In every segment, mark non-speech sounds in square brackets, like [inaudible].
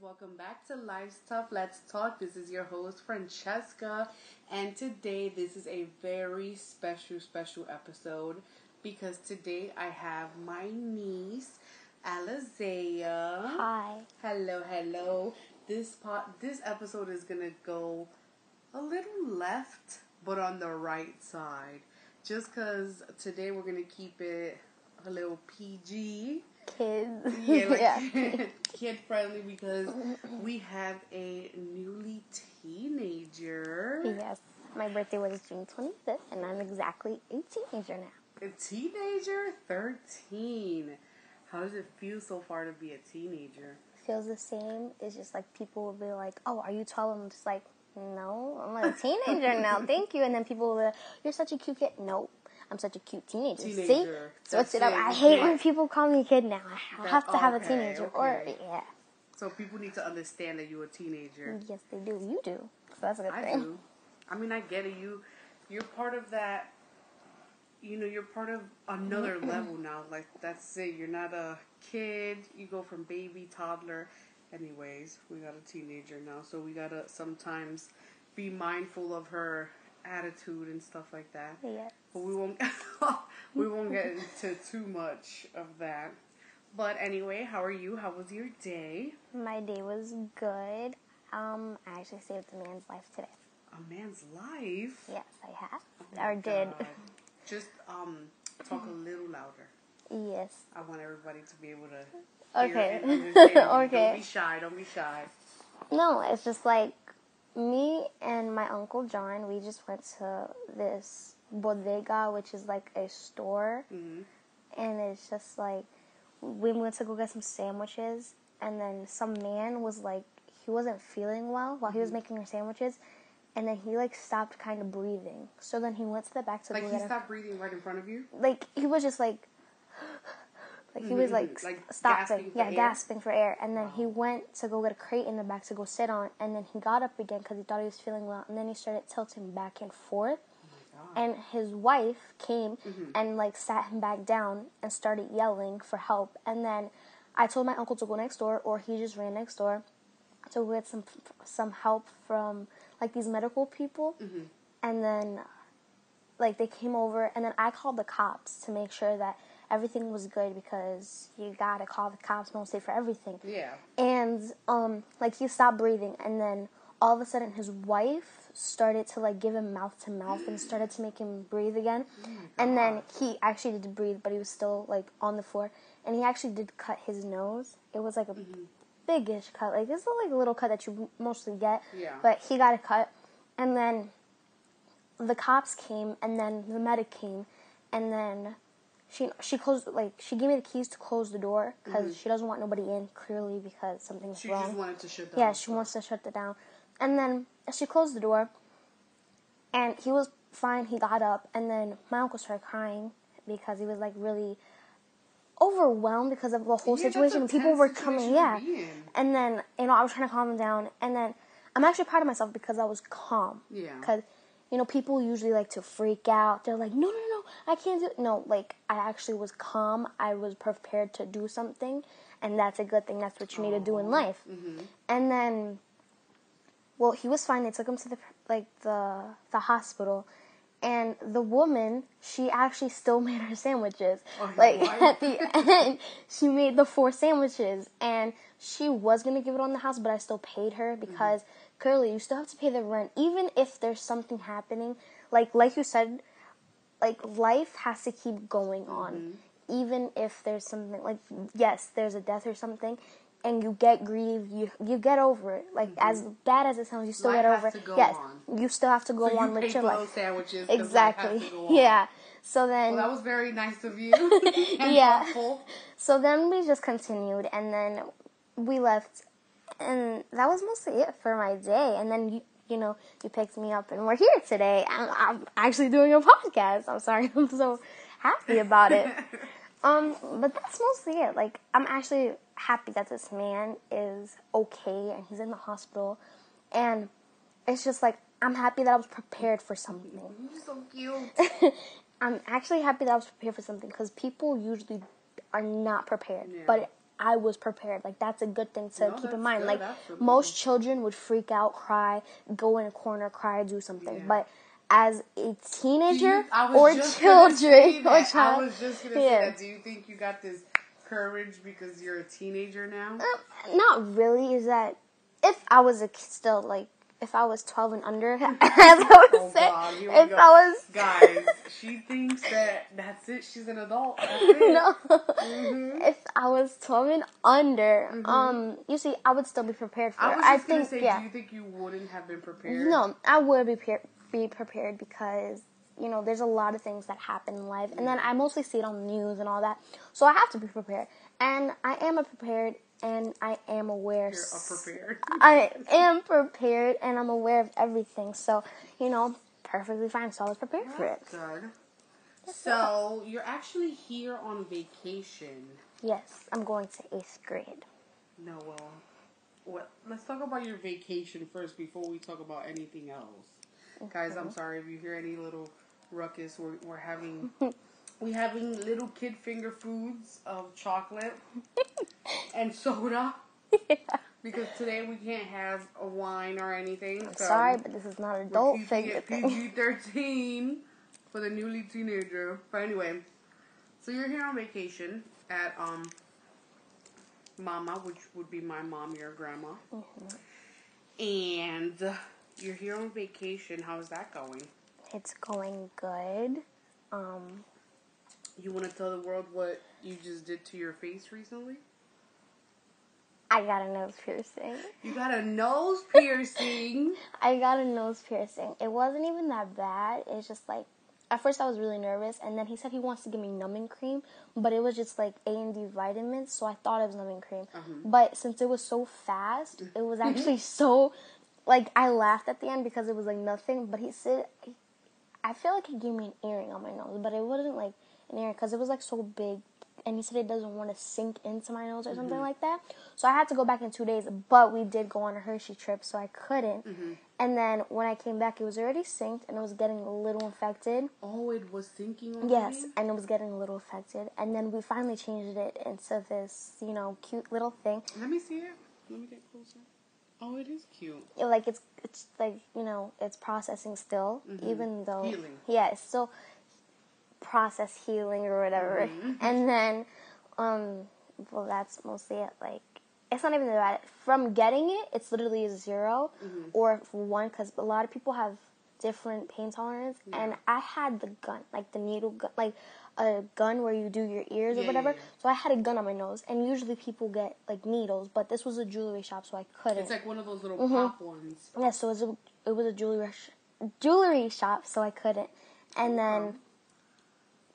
welcome back to Life Stuff Let's Talk. This is your host, Francesca, and today this is a very special, special episode because today I have my niece, Alizea. Hi. Hello, hello. This pot, this episode is gonna go a little left, but on the right side, just cause today we're gonna keep it a little PG. Kids. [laughs] Yeah, like [laughs] kid friendly because we have a newly teenager. Yes. My birthday was June 25th, and I'm exactly a teenager A now. teenager? 13. How does it feel so far to be a teenager? Feels the same. It's just like people will be like, "Oh, are you 12?" I'm just like, "No, I'm a [laughs] teenager now. Thank you." And then people will be like, "You're such a cute kid." Nope. I'm such a cute teenager. See, Teenager. switch That's it up. it. I hate when Yeah. people call me kid now. I That- have to have a okay, teenager, or okay. yeah, So people need to understand that you're a teenager. yes, they do. You do. So that's a good I thing. do. I mean, I get it. You, you're part of that. You know, you're part of another level now. Like that's it. You're not a kid. You go from baby, toddler. Anyways, we got a teenager now, so we gotta sometimes be mindful of her attitude and stuff like that. Yes. But we won't. [laughs] we won't get into too much of that. But anyway, how are you? How was your day? My day was good. Um, I actually saved a man's life today. A man's life. Yes, I have. Oh or did. God. Just um talk a little louder. [laughs] Yes. I want everybody to be able to hear Okay. and [laughs] understand you. Don't Okay. be shy. Don't be shy. No, it's just like me and my uncle John, we just went to this bodega, which is like a store. Mm-hmm. And it's just like, we went to go get some sandwiches, and then some man was like, he wasn't feeling well while he Mm-hmm. was making her sandwiches. And then he like stopped kind of breathing. So then he went to the back to Like go he get her stopped breathing right in front of you. like he was just like [gasps] like he was like, Like s- gasping stopping for yeah air? gasping for air and then he went to go get a crate in the back to go sit on and then he got up again because he thought he was feeling well and then he started tilting back and forth Oh and his wife came Mm-hmm. and like sat him back down and started yelling for help and then i told my uncle to go next door or he just ran next door to go get some some help from like these medical people and then like they came over and then I called the cops to make sure that everything was good because you gotta call the cops mostly for everything. Yeah. And um like he stopped breathing and then all of a sudden his wife started to like give him mouth to mouth and started to make him breathe again. and then he actually did breathe but he was still like on the floor and he actually did cut his nose. It was like a biggish cut. Like this is like a little cut that you mostly get. Yeah. But he got a cut and then the cops came and then the medic came and then she she closed like she gave me the keys to close the door because she doesn't want nobody in clearly because something's Mm-hmm. She wrong just wanted to shut down. yeah she wants to shut it down and then she closed the door and he was fine he got up and then my uncle started crying because he was like really overwhelmed because of the whole Yeah, that's a situation people tense were coming situation to yeah be in. and then you know i was trying to calm him down and then i'm actually proud of myself because i was calm Yeah. because you know people usually like to freak out they're like no no no no, i can't do it no like i actually was calm i was prepared to do something and that's a good thing that's what you need to do in life and then well he was fine they took him to the like the the hospital and the woman she actually still [laughs] made her sandwiches Oh, your like wife? at the end [laughs] she made the four sandwiches and she was going to give it on the house but i still paid her because clearly you still have to pay the rent even if there's something happening like like you said like life has to keep going on Mm-hmm. even if there's something like yes there's a death or something and you get grieved you you get over it like as bad as it sounds you still Mm-hmm. Life get has to over it go yes on. you still have to go So you on paid with your for those life sandwiches. 'cause life has exactly to go on. [laughs] yeah so then Well, that was very nice of [laughs] you. [laughs] and Yeah. thoughtful. so then we just continued and then we left and that was mostly it for my day and then you you know you picked me up and we're here today i'm, I'm actually doing a podcast i'm sorry [laughs] i'm so happy about it um but that's mostly it like i'm actually happy that this man is okay and he's in the hospital and it's just like i'm happy that i was prepared for something You're so cute. I'm actually happy that I was prepared for something because people usually are not prepared. Yeah. But I was prepared. Like that's a good thing to No, keep in that's mind. good, like absolutely. most children would freak out, cry, go in a corner, cry, do something. Yeah. But as a teenager Do you- I was or just gonna say children that. or I child, was just gonna Yeah. say that. Do you think you got this courage because you're a teenager now? Um, not really. Is that if I was a, k- still like if I was twelve and under, [laughs] as I would Oh, say, God, here we if go. I was [laughs] Guys, she thinks that that's it. She's an adult. [laughs] That's it. no, Mm-hmm. if I was twelve and under, um, you see, I would still be prepared for I was it. just I gonna think, say, yeah, do you think you wouldn't have been prepared? no, I would be pre- be prepared because you know there's a lot of things that happen in life, and then I mostly see it on the news and all that, so I have to be prepared, and I am a prepared, and I am You're aware. s- [laughs] unprepared. I am prepared and I'm aware of everything. So, you know, perfectly fine. So I was prepared for it. [laughs] Good. So you're actually here on vacation, Yes, I'm going to eighth grade. [laughs] Noah. What? Let's talk about your vacation first before we talk about anything else, guys. I'm sorry if you hear any little ruckus. We're we're [laughs] having we having little kid finger foods of [laughs] chocolate and soda because today we can't have a wine or anything. I'm so sorry, but this is not an adult figure thing. PG thirteen for the newly teenager. But anyway, so you're here on vacation at um Mama, which would be my mom, your grandma, Mm-hmm. and you're here on vacation. How is that going? It's going good. Um, You want to tell the world what you just did to your face recently? I got a nose piercing. You got a nose [laughs] piercing. I got a nose piercing. It wasn't even that bad. It's just like at first I was really nervous, and then he said he wants to give me numbing cream, but it was just like A and D vitamins, so I thought it was numbing cream. But since it was so fast, it was actually so like I laughed at the end because it was like nothing. But he said, I feel like he gave me an earring on my nose, but it wasn't like an earring because it was like so big. And he said it doesn't want to sink into my nose or something like that. So I had to go back in two days, but we did go on a Hershey trip, so I couldn't. And then when I came back, it was already synced and it was getting a little infected. Oh, it was sinking. Already? Yes, and it was getting a little affected. And then we finally changed it into this, you know, cute little thing. Let me see it. Let me get closer. Oh, it is cute. It, like it's it's like you know it's processing still, even though Mm-hmm. Healing. yeah, it's still process healing or whatever. Mm-hmm. And then, um, well, that's mostly it. Like it's not even about it. From getting it, it's literally a 0 Mm-hmm. or one because a lot of people have different pain tolerance. And I had the gun, like the needle gun, like a gun where you do your ears Yeah, or yeah, whatever. yeah. So I had a gun on my nose, and usually people get like needles, but this was a jewelry shop, so I couldn't. It's like one of those little Mm-hmm. pop ones. Yeah, so it was a, it was a jewelry sh- jewelry shop, so I couldn't. And then,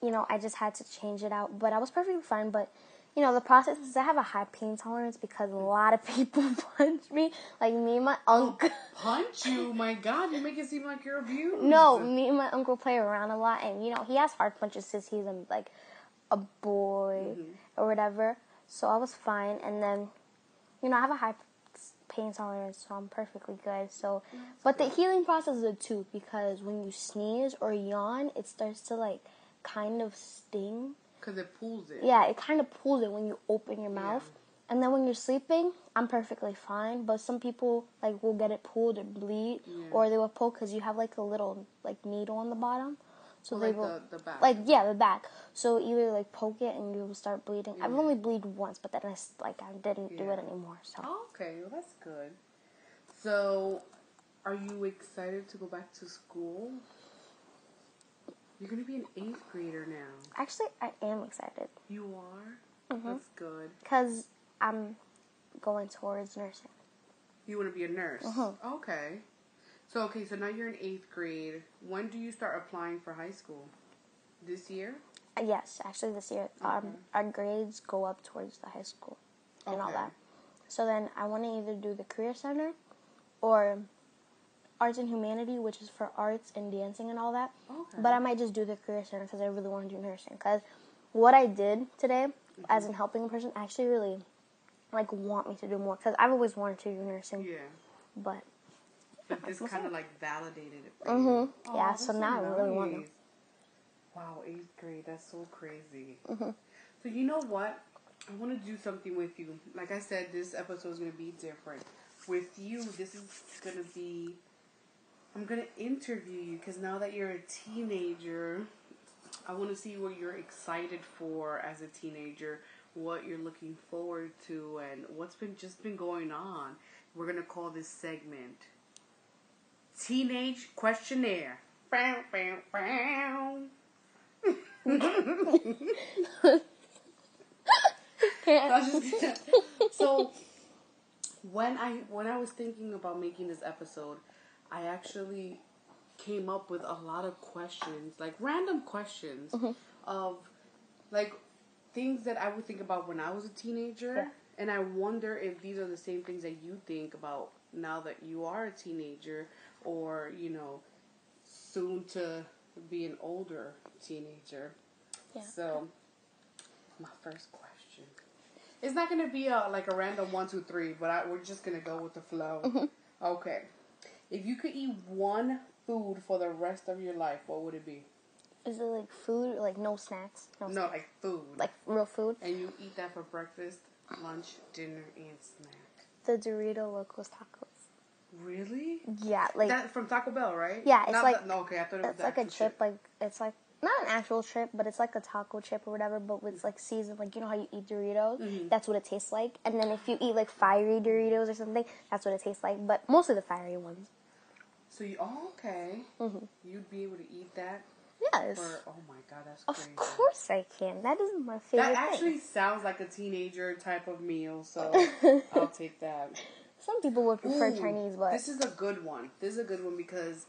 you know, I just had to change it out. But I was perfectly fine. But you know, the process is I have a high pain tolerance because a lot of [laughs] people punch me, like me and my uncle. punch you. My God, you make it seem like you're abused. No, me and my uncle play around a lot, and you know he has hard punches since he's a, like a boy or whatever. So I was fine, and then you know I have a high pain tolerance, so I'm perfectly good. So, but the healing process is a two because when you sneeze or yawn, it starts to like kind of sting. because it pulls it. Yeah, it kind of pulls it when you open your mouth. And then when you're sleeping, I'm perfectly fine. But some people like will get it pulled and bleed, or they will pull because you have like a little like needle on the bottom, so Or they Oh, like will the, the back. like yeah the back. So either like poke it and you will start bleeding. I've only bleed once, but then I s- like I didn't do Yeah. it anymore. So Oh, okay, well, that's good. So, are you excited to go back to school? You're gonna be an eighth grader now. actually, I am excited You are. Mm-hmm. That's good. because I'm going towards nursing. You want to be a nurse. Mm-hmm. Okay. So okay, so now you're in eighth grade. When do you start applying for high school? This year. Uh, Yes, actually, this year um, our grades go up towards the high school and all Okay. that. So then I want to either do the career center or arts and humanity, which is for arts and dancing and all that. Okay. But I might just do the career center because I really want to do nursing. Because what I did today, Mm-hmm. as in helping a person, actually really like want me to do more. Because I've always wanted to do nursing, Yeah. [laughs] but But [laughs] this kind of like validated it. For you. Mhm. Aw, Yeah, that's so now I really want to. Mm-hmm. nice. Wow, eighth grade. That's so crazy. So you know what? I want to do something with you. Like I said, this episode is going to be different. With you, this is going to be. I'm going to interview you because now that you're a teenager, I want to see what you're excited for as a teenager, what you're looking forward to, and what's been just been going on. We're going to call this segment Teenage Questionnaire. Bow, bow, bow. [laughs] That's just- [laughs] so when I when I was thinking about making this episode, I actually came up with a lot of questions, like random questions Mm-hmm. of like things that I would think about when I was a teenager, Yeah. and I wonder if these are the same things that you think about now that you are a teenager, or you know, soon to be an older teenager. Yeah. So, my first question. It's not gonna be a like a random one, two, three, but I, we're just gonna go with the flow. Mm-hmm. Okay. If you could eat one food for the rest of your life, what would it be? Is it like food? Like no snacks? No. No, snacks. like food. Like real food? and you eat that for breakfast, lunch, dinner, and snack. The Dorito Locos Tacos. Really? Yeah, like That from Taco Bell, right? Yeah, it's Not like- the- no, okay, I thought it was it's like a chip, Like it's like not an actual chip, but it's like a taco chip or whatever. But with like seasoned, like you know how you eat Doritos, Mm-hmm. that's what it tastes like. And then if you eat like fiery Doritos or something, that's what it tastes like. But mostly the fiery ones. So you, oh, okay. You'd be able to eat that Mm-hmm. Yes, for, oh my god, that's of crazy. course I can. That is my favorite That actually thing. sounds like a teenager type of meal, so [laughs] I'll take that. Some people would prefer Ooh, Chinese, but this is a good one. This is a good one because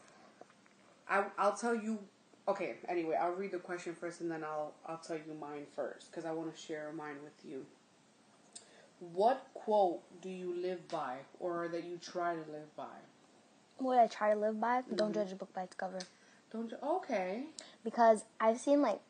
I I'll tell you. Okay, anyway, I'll read the question first, and then I'll I'll tell you mine first because I want to share mine with you. What quote do you live by, or that you try to live by? what I try to live by, don't Mm-hmm. judge a book by its cover. Don't you? Okay. because I've seen like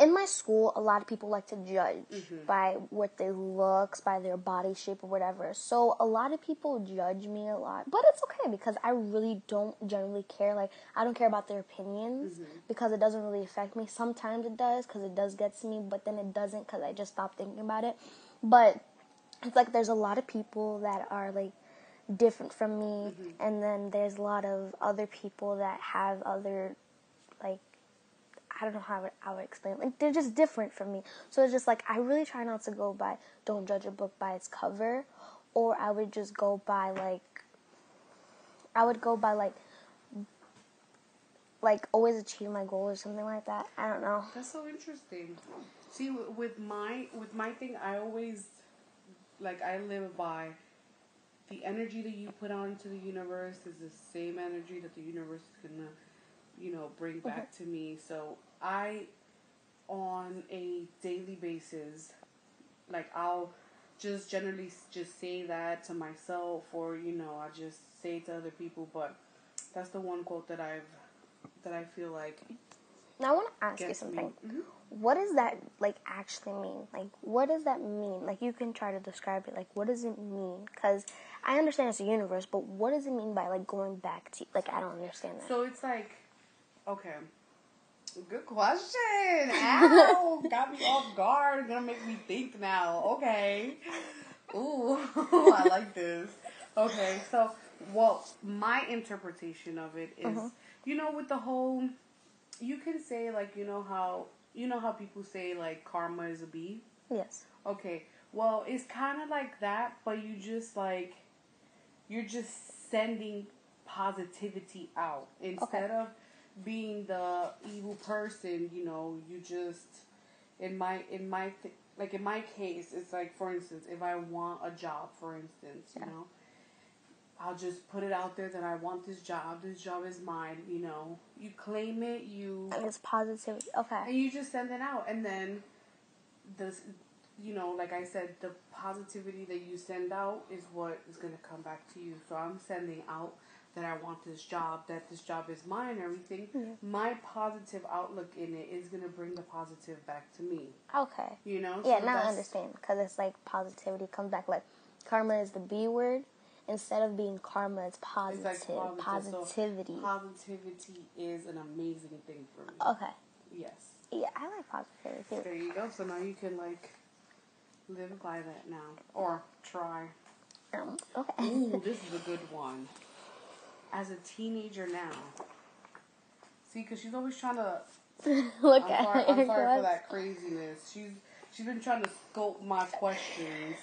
in my school a lot of people like to judge by what they looks, by their body shape or whatever. So a lot of people judge me a lot. But it's okay because I really don't generally care. Like I don't care about their opinions because it doesn't really affect me. Sometimes it does cuz it does get to me, but then it doesn't cuz I just stop thinking about it. But it's like there's a lot of people that are like different from me and then there's a lot of other people that have other like I don't know how I would, I would explain. it. Like they're just different from me. So it's just like I really try not to go by don't judge a book by its cover, or I would just go by like I would go by like like always achieve my goal or something like that. I don't know. That's so interesting. See, w- with my with my thing, I always like I live by the energy that you put out into the universe is the same energy that the universe is gonna, you know, bring back to me. So I, on a daily basis, like I'll just generally s- just say that to myself, or you know, I just say it to other people. But that's the one quote that I've that I feel like Now I want to ask you gets me. something. What does that like actually mean? Like what does that mean? Like you can try to describe it. Like what does it mean? Because I understand it's the universe, but what does it mean by like going back to? Like I don't understand that. So it's like, okay, good question. Ow, got me off guard. Gonna make me think now. Okay. Ooh, I like this. Okay, so well, my interpretation of it is, you know, with the whole, you can say like, you know how you know how people say like karma is a bee. Yes. Okay. Well, it's kind of like that, but you just like you're just sending positivity out instead of being the evil person. You know, you just in my in my th- like in my case, it's like for instance, if I want a job, for instance, you know, I'll just put it out there that I want this job. This job is mine. You know, you claim it. You And it's positivity. Okay. and you just send it out and then this you know like i said the positivity that you send out is what is going to come back to you so i'm sending out that i want this job that this job is mine and everything my positive outlook in it is going to bring the positive back to me Okay. you know Yeah, So now I that's- understand because it's like positivity comes back. Like karma is the B word. Instead of being karma, it's it's positive. like positive. So Positivity. Oh. positivity is an amazing thing for me okay. yes Yeah, I like positivity. there you go so now you can like Live by that now. Or try. Um, okay. Ooh, this is a good one. As a teenager now. See, because she's always trying to. [laughs] Look [laughs] I'm at sorry, your I'm sorry for glass. that craziness. She's she's been trying to scope my questions.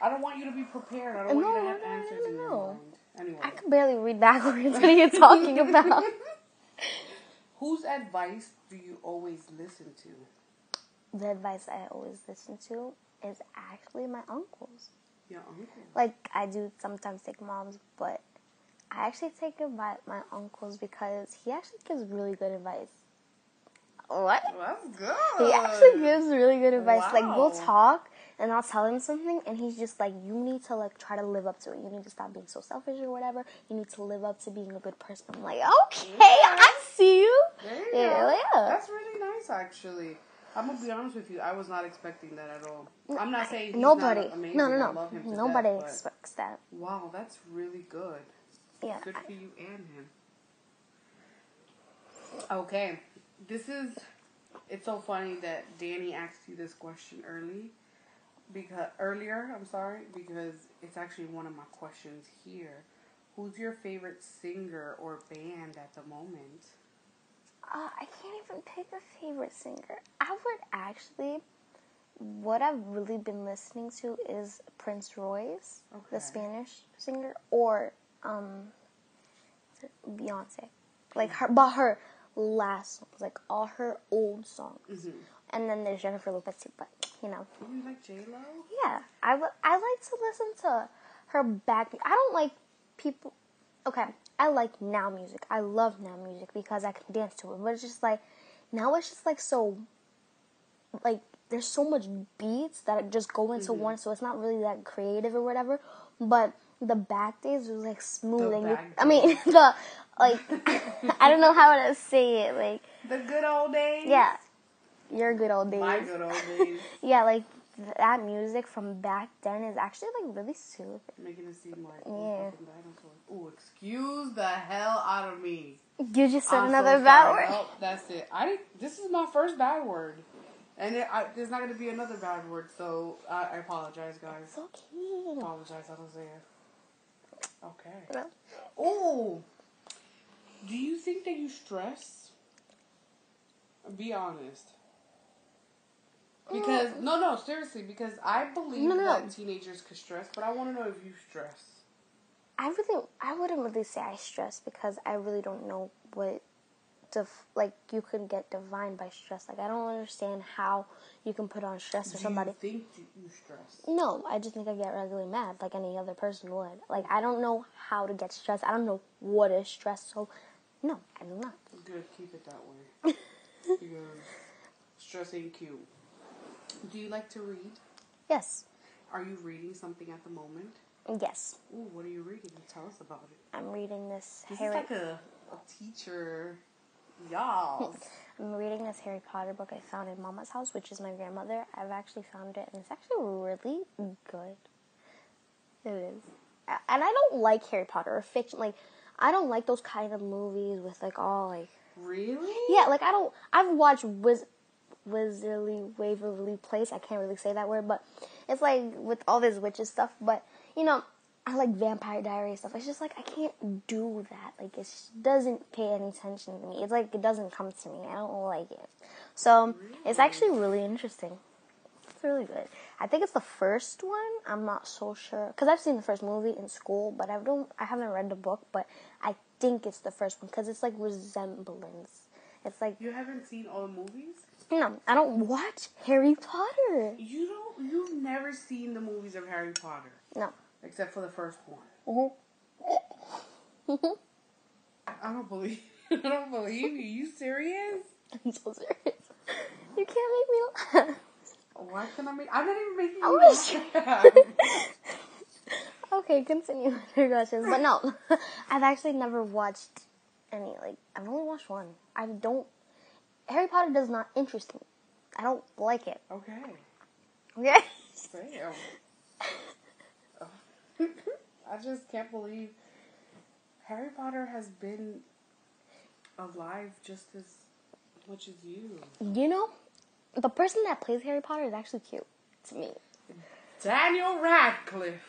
I don't want you to be prepared. I don't want you to No, have no, no, answers no, in your no. mind. Anyway, I can barely read backwards. [laughs] What are you talking about? [laughs] whose advice do you always listen to? the advice I always listen to is actually my uncle's. Your uncle. Like I do sometimes take mom's, but I actually take advice my uncle's because he actually gives really good advice. What? Well, that's He good. actually gives really good advice. Like we'll Wow. talk and I'll tell him something and he's just like, You need to like try to live up to it. You need to stop being so selfish or whatever. You need to live up to being a good person. I'm like, Okay, I see you. There you Yeah, go. yeah. That's really nice, actually. I'm gonna be honest with you. I was not expecting that at all. I'm not saying he's Nobody. Not amazing. no, no, I no. love him to Nobody death, but- expects that. Wow, that's really good. Yeah. Good for you and him. Okay, this is. It's so funny that Danny asked you this question early, because earlier. I'm sorry because it's actually one of my questions here. Who's your favorite singer or band at the moment? Uh, I can't even pick a favorite singer. I would actually, what I've really been listening to is Prince Royce, Okay. the Spanish singer, or um, Beyonce. Like her, but her last songs, like all her old songs. And then there's Jennifer Lopez too, but you know, Do you like J Lo? yeah, I would. I like to listen to her back. I don't like people. Okay, I like now music. I love now music because I can dance to it. But it's just like now it's just like so. Like there's so much beats that just go into Mm-hmm. one, so it's not really that creative or whatever. But the back days was like smooth. The and you, back I mean [laughs] the like I don't know how to say it. Like The good old days. [laughs] yeah, your good old days. My good old [laughs] days. Yeah, like th- that music from back then is actually like really soothing. Making it seem like Yeah. we're fucking dinosaurs. Ooh, excuse the hell out of me. You just said I'm so sorry. another bad word. Nope, that's it. I this is my first bad word, and it, I, there's not gonna be another bad word. So I, I apologize, guys. It's okay. Apologize, I don't say it. Okay. No. Ooh, do you think that you stress? Be honest. Because no, no, seriously. Because I believe Mm. No, no, no. that teenagers could stress, but I want to know if you stress. I really, I wouldn't really say I stress because I really don't know what, def- like you could get defined by stress. Like I don't understand how you can put on stress Do or somebody. you think that you stress? No, I just think I get regularly mad like any other person would. Like I don't know how to get stressed. I don't know what is stress. So, no, I do not. Good, keep it that [laughs] way. because stress ain't cute. Do you like to read? Yes, Are you reading something at the moment? yes, Ooh, what are you reading? Tell us about it. I'm reading this. This Harry- is like a, a teacher. [laughs] Y'all. I'm reading this Harry Potter book I found in Mama's house, which is my grandmother. I've actually found it, and it's actually really good. It is, A- and I don't like Harry Potter or fiction. Like, I don't like those kind of movies with like all like really? yeah, like I don't. I've watched Wiz, Wizardly Waverly Place. I can't really say that word, but it's like with all this witches stuff. But you know, I like Vampire Diary stuff. It's just like I can't do that. Like it just doesn't pay any attention to me. It's like it doesn't come to me. I don't like it. So it's actually really interesting. It's really good. I think it's the first one. I'm not so sure because I've seen the first movie in school, but I don't. I haven't read the book, but I think it's the first one because it's like resemblance. It's like You haven't seen all the movies? no, I don't watch Harry Potter. You don't. You've never seen the movies of Harry Potter, No. except for the first one. [laughs] Mhm. I don't believe. [laughs] I don't believe you. You serious? I'm so serious. You can't make me laugh. Why can I make? I'm not even making. I you was- [laughs] laugh. [laughs] Okay, continue with your questions. But no, [laughs] I've actually never watched any. Like, I've only watched one. I don't. Harry Potter does not interest me. I don't like it. [laughs] okay. Okay? Damn. [laughs] I just can't believe Harry Potter has been alive just as much as you. You know, the person that plays Harry Potter is actually cute to me. Daniel [laughs] Radcliffe.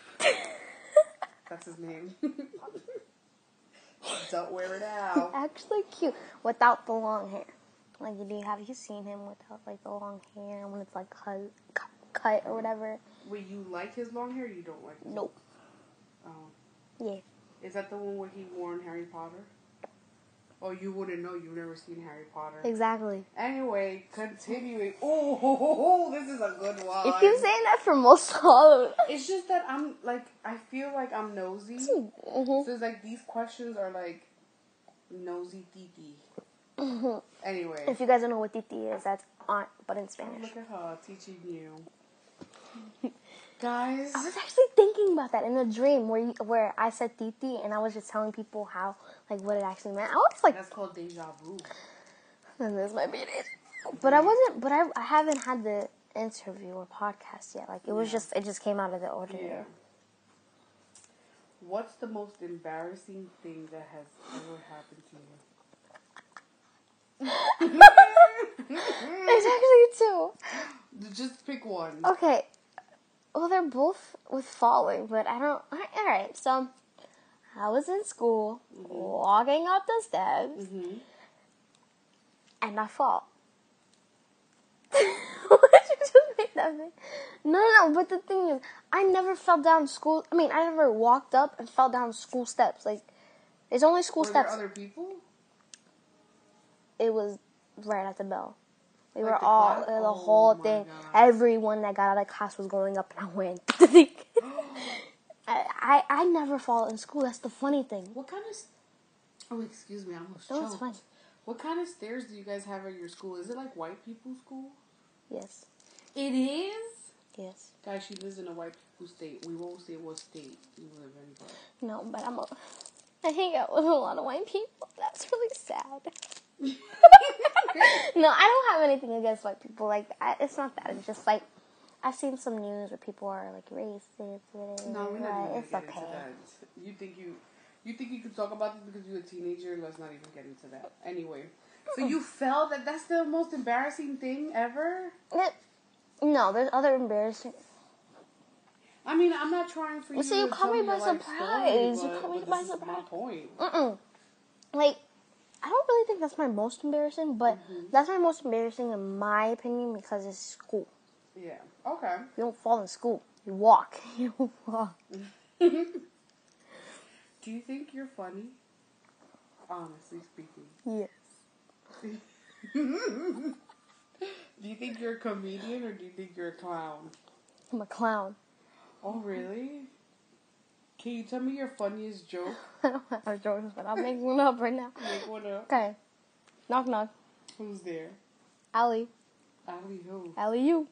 That's his name. [laughs] Don't wear it out. Actually, cute without the long hair. Like, do you have you seen him without like the long hair when it's like cut, cut, cut or whatever? Wait, you like his long hair? Or you don't like? It? Nope. Oh, Yeah. is that the one where he wore in Harry Potter? Oh, you wouldn't know. You've never seen Harry Potter. Exactly. Anyway, [laughs] continuing. Oh, ho, ho, ho, this is a good one. You keep saying that for most of all. It's just that I'm like I feel like I'm nosy. So Mhm. it's like these questions are like nosy tiki. Anyway, If you guys don't know what Titi is, that's aunt, but in Spanish. Oh, look at her teaching you. [laughs] Guys, I was actually thinking about that in a dream where you, where I said Titi and I was just telling people how like what it actually meant. I was like, that's called deja vu. this might be it. But I wasn't. But I, I haven't had the interview or podcast yet. Like it was Yeah. just it just came out of the ordinary. Yeah. What's the most embarrassing thing that has ever happened to you? [laughs] It's actually two. [laughs] Just pick one. Okay. Well, they're both with falling, but I don't. I- All right. So, I was in school, Mm-hmm. walking up the steps, Mhm. and I fall. [laughs] Why did you just make that face? No, no, no. But the thing is, I never fell down school. I mean, I never walked up and fell down school steps. Like, there's only school Were there steps. other people? it was right at the bell. We Like were the all uh, class? the Oh whole my thing. God. Everyone that got out of class was going up, and [laughs] I went. [gasps] I, I I never fall in school. That's the funny thing. What kind of? s- Oh, excuse me, I almost No, choked. it's fine. What kind of stairs do you guys have at your school? Is it like white people school? Yes, It is. yes. Guys, she lives in a white people state. We won't say what state you live in. but- No, but I'm a. I hang out with a lot of white people. That's really sad. [laughs] no, I don't have anything against white people. Like I, it's not that. It's just like I've seen some news where people are like racist. No, we're not like, even gonna Uh, it's get okay. into that. You think you, you think you could talk about this because you're a teenager? Let's not even get into that. Anyway, so you felt that that's the most embarrassing thing ever. That- No, there's other embarrassing. I mean, I'm not trying for you. see, you to caught tell me your by life surprise. You Story, but, caught me but by this is My surprise. Uh. point. Mm-mm. Like, I don't really think that's my most embarrassing, but that's my most embarrassing in my opinion because it's school. Yeah. Okay. [laughs] You don't fall in school. You walk. [laughs] You walk. Do you think you're funny? Honestly speaking. [laughs] Yes. Do you think you're a comedian or do you think you're a clown? I'm a clown. [laughs] Oh, really? Can you tell me your funniest joke? I don't have a joke, but I'll make one up right now. Make one up. Okay. Knock knock. Who's there? Allie. Ali who? Allie you.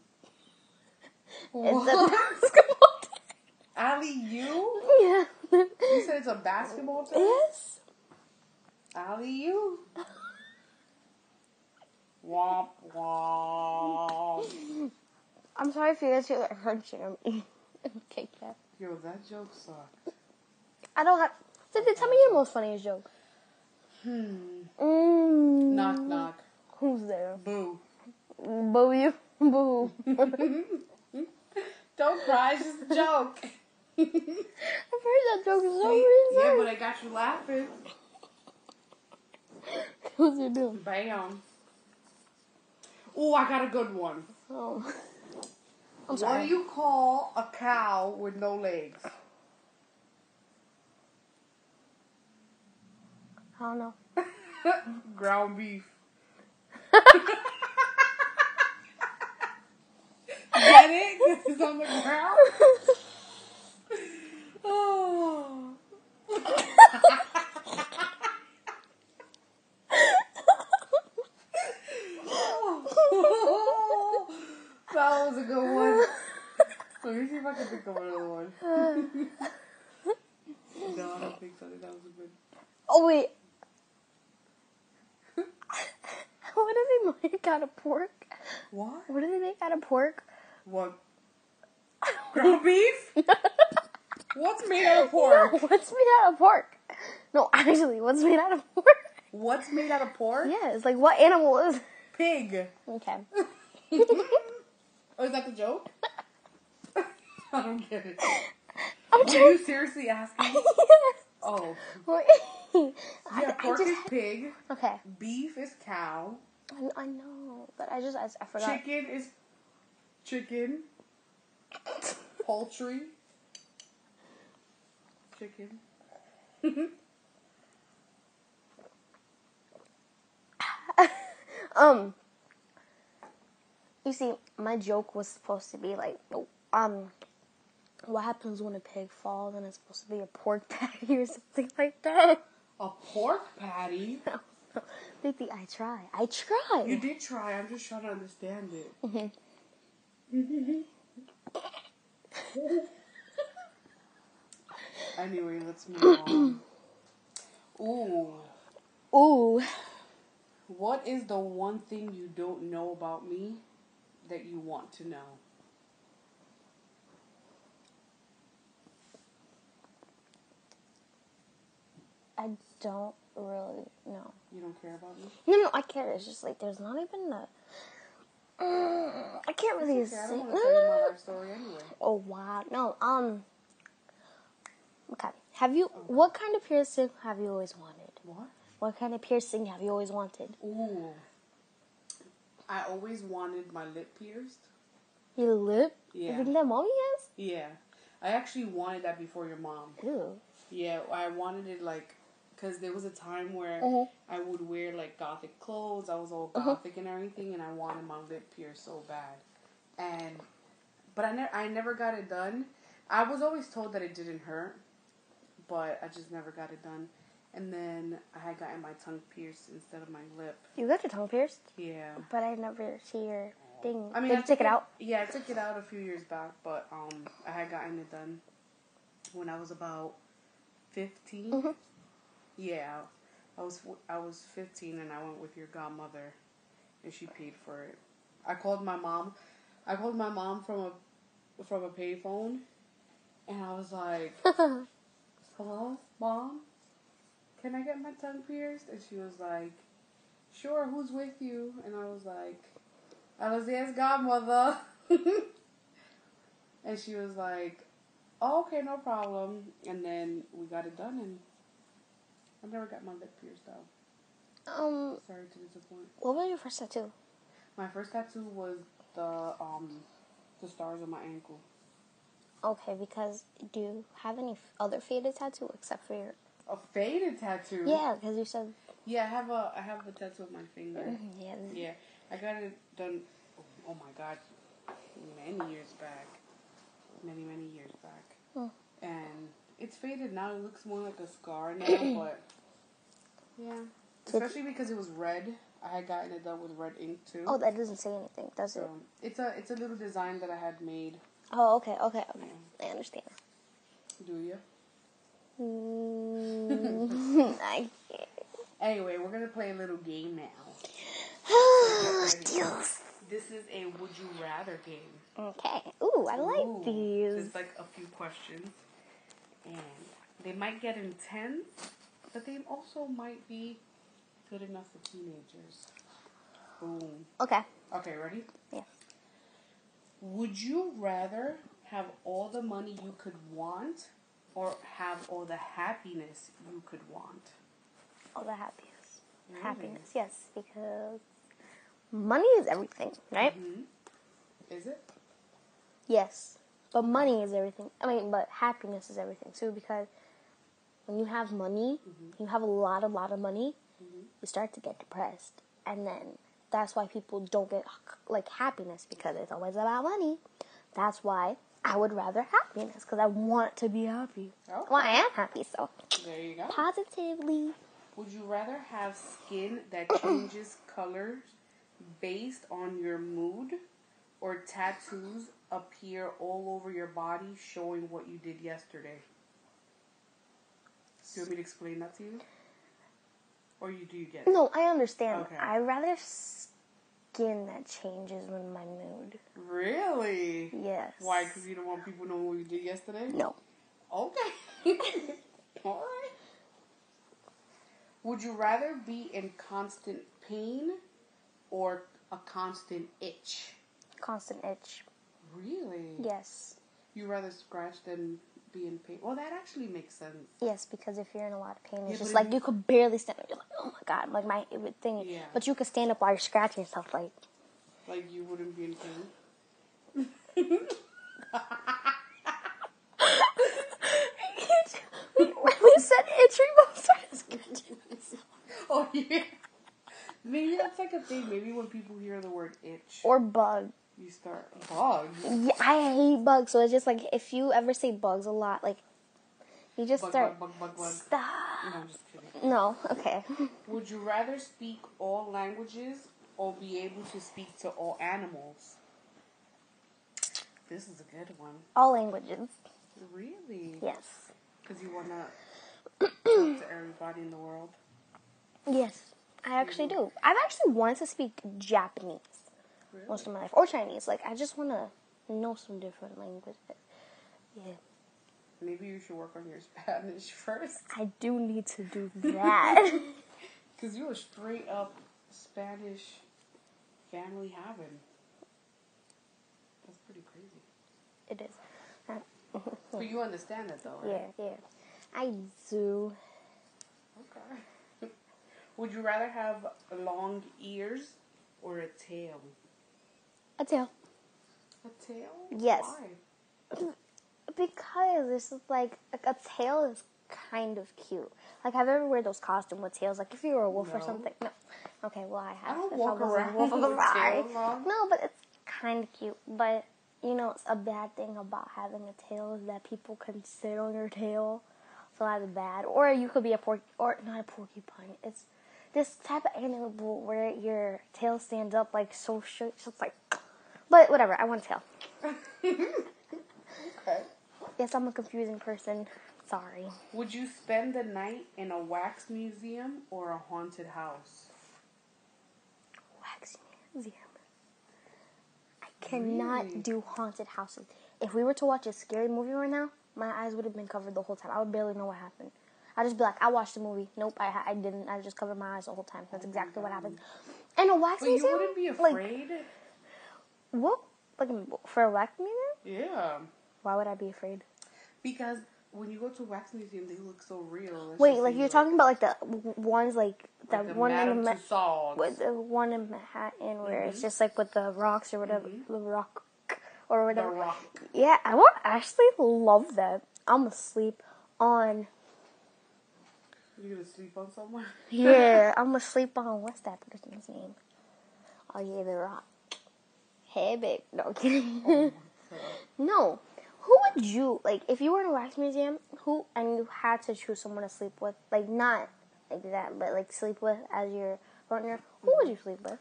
It's a What? [laughs] basketball team. Ali you? [laughs] Yeah. You said it's a basketball team? Yes. Ali you? Womp womp. I'm sorry if you guys hear that crunching. I'm [laughs] eating cake back. Yo, that joke sucked. I don't have. Did they tell me your most funniest joke? Hmm. Mm. Knock knock. Who's there? Boo. [laughs] Boo you. [laughs] Boo. Don't cry, it's just a [laughs] joke. I've heard that joke so many yeah, times. but I got you laughing. [laughs] Who's you doing? Bam. Oh, I got a good one. Oh. [laughs] I'm What do sorry. you call a cow with no legs? I don't [laughs] know. Ground beef. Get it? 'Cause it's on the ground. Oh. that was a good one. Let me see if I can think of another one. [laughs] no, I don't think so. That was a good. Oh wait. [laughs] what do they make out of pork? What? What do they make out [laughs] of pork? What? Ground beef? What's made out of [laughs] No, pork? what's made out of pork? No, actually, what's made out of pork? What's made out of pork? Yeah, it's like what [laughs] animal is? Pig. [laughs] Okay. [laughs] Oh, is that the joke? I don't get it. I'm Are trying. you seriously asking? Oh, [laughs] Wait. I, yeah, I pork just is pig, okay. beef is cow, I, I know, but I just I, I forgot. chicken is chicken, poultry, chicken. Um, you see, my joke was supposed to be like, um, what happens when a pig falls and it's supposed to be a pork [laughs] patty or something like that. [laughs] A pork patty? Maybe I try. I You try. did try, I'm just trying to understand it. [laughs] Anyway, let's move on. [clears throat] Ooh, Ooh, what is the one thing you don't know about me that you want to know? I don't really know. You don't care about me? No, no, I care. It's just like there's not even a. Mm, I can't really Okay, I say. don't want No, no, to tell you my [laughs] no. life story anyway. Oh wow, no. Um. Okay. Have you? What kind of piercing have you always wanted? What? What kind of piercing have you always wanted? Ooh. I always wanted my lip pierced. Your lip? Yeah. Isn't that mommy has? Yeah. I actually wanted that before your mom. Ew. Yeah, I wanted it like because there was a time where Mhm. I would wear like gothic clothes. I was all gothic and everything, and I wanted my lip pierced so bad. And but I never, I never got it done. I was always told that it didn't hurt, but I just never got it done. And then I had gotten my tongue pierced instead of my lip. You got your tongue pierced, Yeah. but I never see your thing. I mean, Did I you take it out? Yeah, I took it out a few years back, but um, I had gotten it done when I was about 15 Mm-hmm. Yeah, I was I was fifteen, and I went with your godmother, and she paid for it. I called my mom. I called my mom from a from a payphone, and I was [laughs] like, "Hello, mom, can I get my tongue pierced?" And she was like, "Sure, who's with you?" And I was like, "Alizia's godmother." [laughs] and she was like, oh, "Okay, no problem." And then we got it done, and I never got my lip pierced though. Um, Sorry to disappoint. what was your first tattoo? My first tattoo was the um the stars on my ankle. Okay, because do you have any f- other faded tattoo except for your? A faded tattoo. Yeah, because you said mm-hmm, Yeah, I have a I have a tattoo of my finger. yeah. yeah, I got it done. Oh, oh my god, many years back, many many years back, Hmm. and it's faded now. It looks more like a scar [clears throat] now, but yeah, especially because it was red. I had gotten it done with red ink too. Oh, that doesn't say anything, does it? So it's a it's a little design that I had made. Oh, okay, okay, okay. I understand. Do you? Mm, [laughs] I Anyway, we're gonna play a little game now. [sighs] can't. Deals. This is a would you rather game. Okay. Ooh, I like Ooh, these. There's like a few questions, and they might get intense, but they also might be good enough for teenagers. Boom. Okay. Okay, ready? Yeah. Would you rather have all the money you could want, or have all the happiness you could want? All the happiness. Really? Happiness, yes, because money is everything, right? Is it? Yes. But money is everything. I mean, but happiness is everything too because when you have money, Mm-hmm. you have a lot, a lot of money, you start to get depressed. And then that's why people don't get like happiness because it's always about money. That's why I would rather happiness because I want to be happy. Okay. Well, I am happy, so There you go. positively. Would you rather have skin that [coughs] changes colors based on your mood or tattoos appear all over your body showing what you did yesterday? Do you want me to explain that to you? Or you do you get it? No, I understand. Okay. I rather skin that changes with my mood. Really? Yes. Why? Because you don't want people knowing what you did yesterday? No. Okay. [laughs] All right. Would you rather be in constant pain or a constant itch? Constant itch. Really? Yes. You rather scratch than be in pain. Well, that actually makes sense. Yes, because if you're in a lot of pain, it's Yeah, just but if like you could barely stand up. You're like, oh my god, like my it would thing. Yeah. But you could stand up while you're scratching yourself. [laughs] Like, [laughs] Like you wouldn't be in pain. we, we said itchy bones started scratching. Oh yeah. Maybe that's like a thing. Maybe when people hear the word itch, Or bug. you start bugs. Yeah, I hate bugs. So it's just like if you ever say bugs a lot, like you just Bug, start bug, bug, bug, bug. stop. No, I'm just kidding. No, okay. [laughs] Would you rather speak all languages or be able to speak to all animals? This is a good one. All languages. Really? Yes. Because you want to talk to everybody in the world? Yes, I actually do. I've actually wanted to speak Japanese Really? most of my life, or Chinese. Like, I just want to know some different languages. Yeah, Maybe you should work on your [laughs] Spanish first. I do need to do that. Because you're a straight up Spanish family having. That's pretty crazy. it is. But you understand it though, Yeah, right? yeah. I do. Okay. [laughs] Would you rather have long ears or a tail? I do. A tail? Yes. Why? Because this is like a, a tail is kind of cute. Like I've ever wear those costume with tails. Like if you were a wolf or No. something. No. Okay, well I have. I don't If walk was a around wolf, I'm with sorry. tails on. No, but it's kind of cute. But you know, it's a bad thing about having a tail is that people can sit on your tail. So that's bad. Or you could be a porc or not a porcupine. It's this type of animal where your tail stands up like so straight. So it's like, but whatever. I want a tail. Okay. Yes, I'm a confusing person. Sorry. Would you spend the night in a wax museum or a haunted house? Wax Museum. I cannot Really? do haunted houses. If we were to watch a scary movie right now, my eyes would have been covered the whole time. I would barely know what happened. I'd just be like, I watched the movie. Nope, I, ha- I didn't. I just covered my eyes the whole time. That's exactly what happened. And a wax But you museum? wouldn't be Like, afraid? what? Like, for a wax museum? yeah. Why would I be afraid? Because when you go to wax museum, they look so real. It's Wait, just like, you're talking about, like, the w- ones, like, the the one in the... Madame Ma- Tussauds. Mm-hmm. with the one in Manhattan where it's just like with the rocks or whatever, the rock or the whatever. rock. Yeah, I would actually love that. I'm asleep on. You're gonna sleep on someone? [laughs] [laughs] Yeah, I'm asleep on what's that person's name? Oh yeah, the rock. Hey, babe. No I'm kidding. [laughs] So, no, who would you like if you were in a wax museum? Who and you had to choose someone to sleep with, like not like that, but like sleep with as your partner. Who would you sleep with?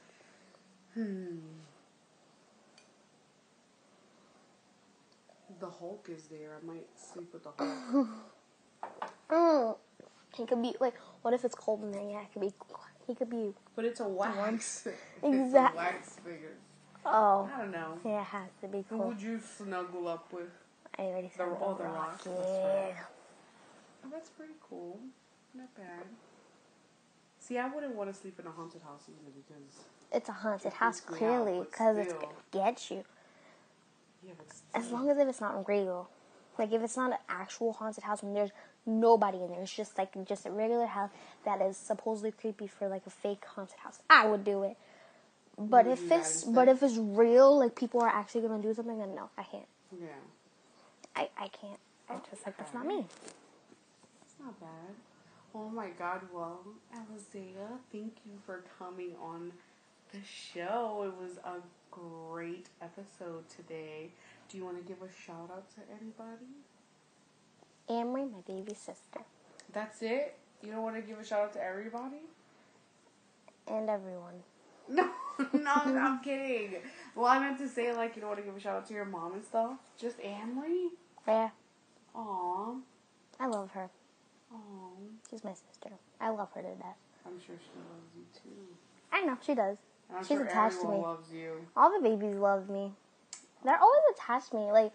the Hulk is there. I might sleep with the [coughs] Hulk. Mm. He could be like, what if it's cold in there? Yeah, it could be. He could be. But it's a [laughs] wax. it's a Exact- wax figure. Oh, Mm. I don't know. yeah, it has to be Who cold. would you snuggle up with? I already said the, oh, rock. the rock, that's Yeah. Oh, that's pretty cool. Not bad. See, I wouldn't want to sleep in a haunted house either because It's a haunted It house, freaks me out, clearly, but because it's still. gonna get you. yeah, but still. As long as if it's not real, like if it's not an actual haunted house and there's nobody in there, it's just like just a regular house that is supposedly creepy for like a fake haunted house. I would do it, but would if do that it's instead? but if it's real, like people are actually gonna do something, then no, I can't. yeah, I I can't. I just like that's not me. it's not bad. Oh my God! Well, Alizea, thank you for coming on the show. It was a great episode today. Do you want to give a shout out to anybody? Amory, my baby sister, That's it. You don't want to give a shout out to everybody? and everyone. No, [laughs] no, I'm kidding. Well, I meant to say like you don't want to give a shout out to your mom and stuff. Just Amory. Yeah, Aw. I love her. Oh, She's my sister. I love her to death. I'm sure she loves you too. I know she does. And I'm She's sure attached to everyone me. loves you. All the babies love me. They're always attached to me. Like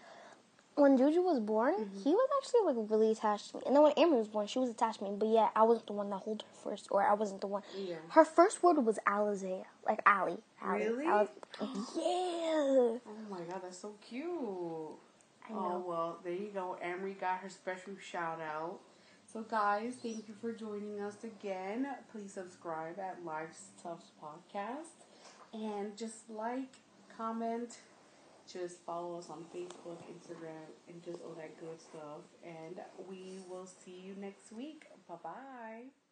when Juju was born, Mm-hmm. he was actually like really attached to me. And then when Amory was born, she was attached to me. But yeah, I wasn't the one that held her first, or I wasn't the one. Yeah. Her first word was Alizea, like Ally. Ally. Really? Ally. Oh yeah. my god, that's so cute. I Oh know. well, there you go. Emery got her special shout out. So guys, thank you for joining us again. Please subscribe at Life's Tough Podcast and just like, comment, just follow us on Facebook, Instagram, and just all that good stuff. And we will see you next week. Bye bye.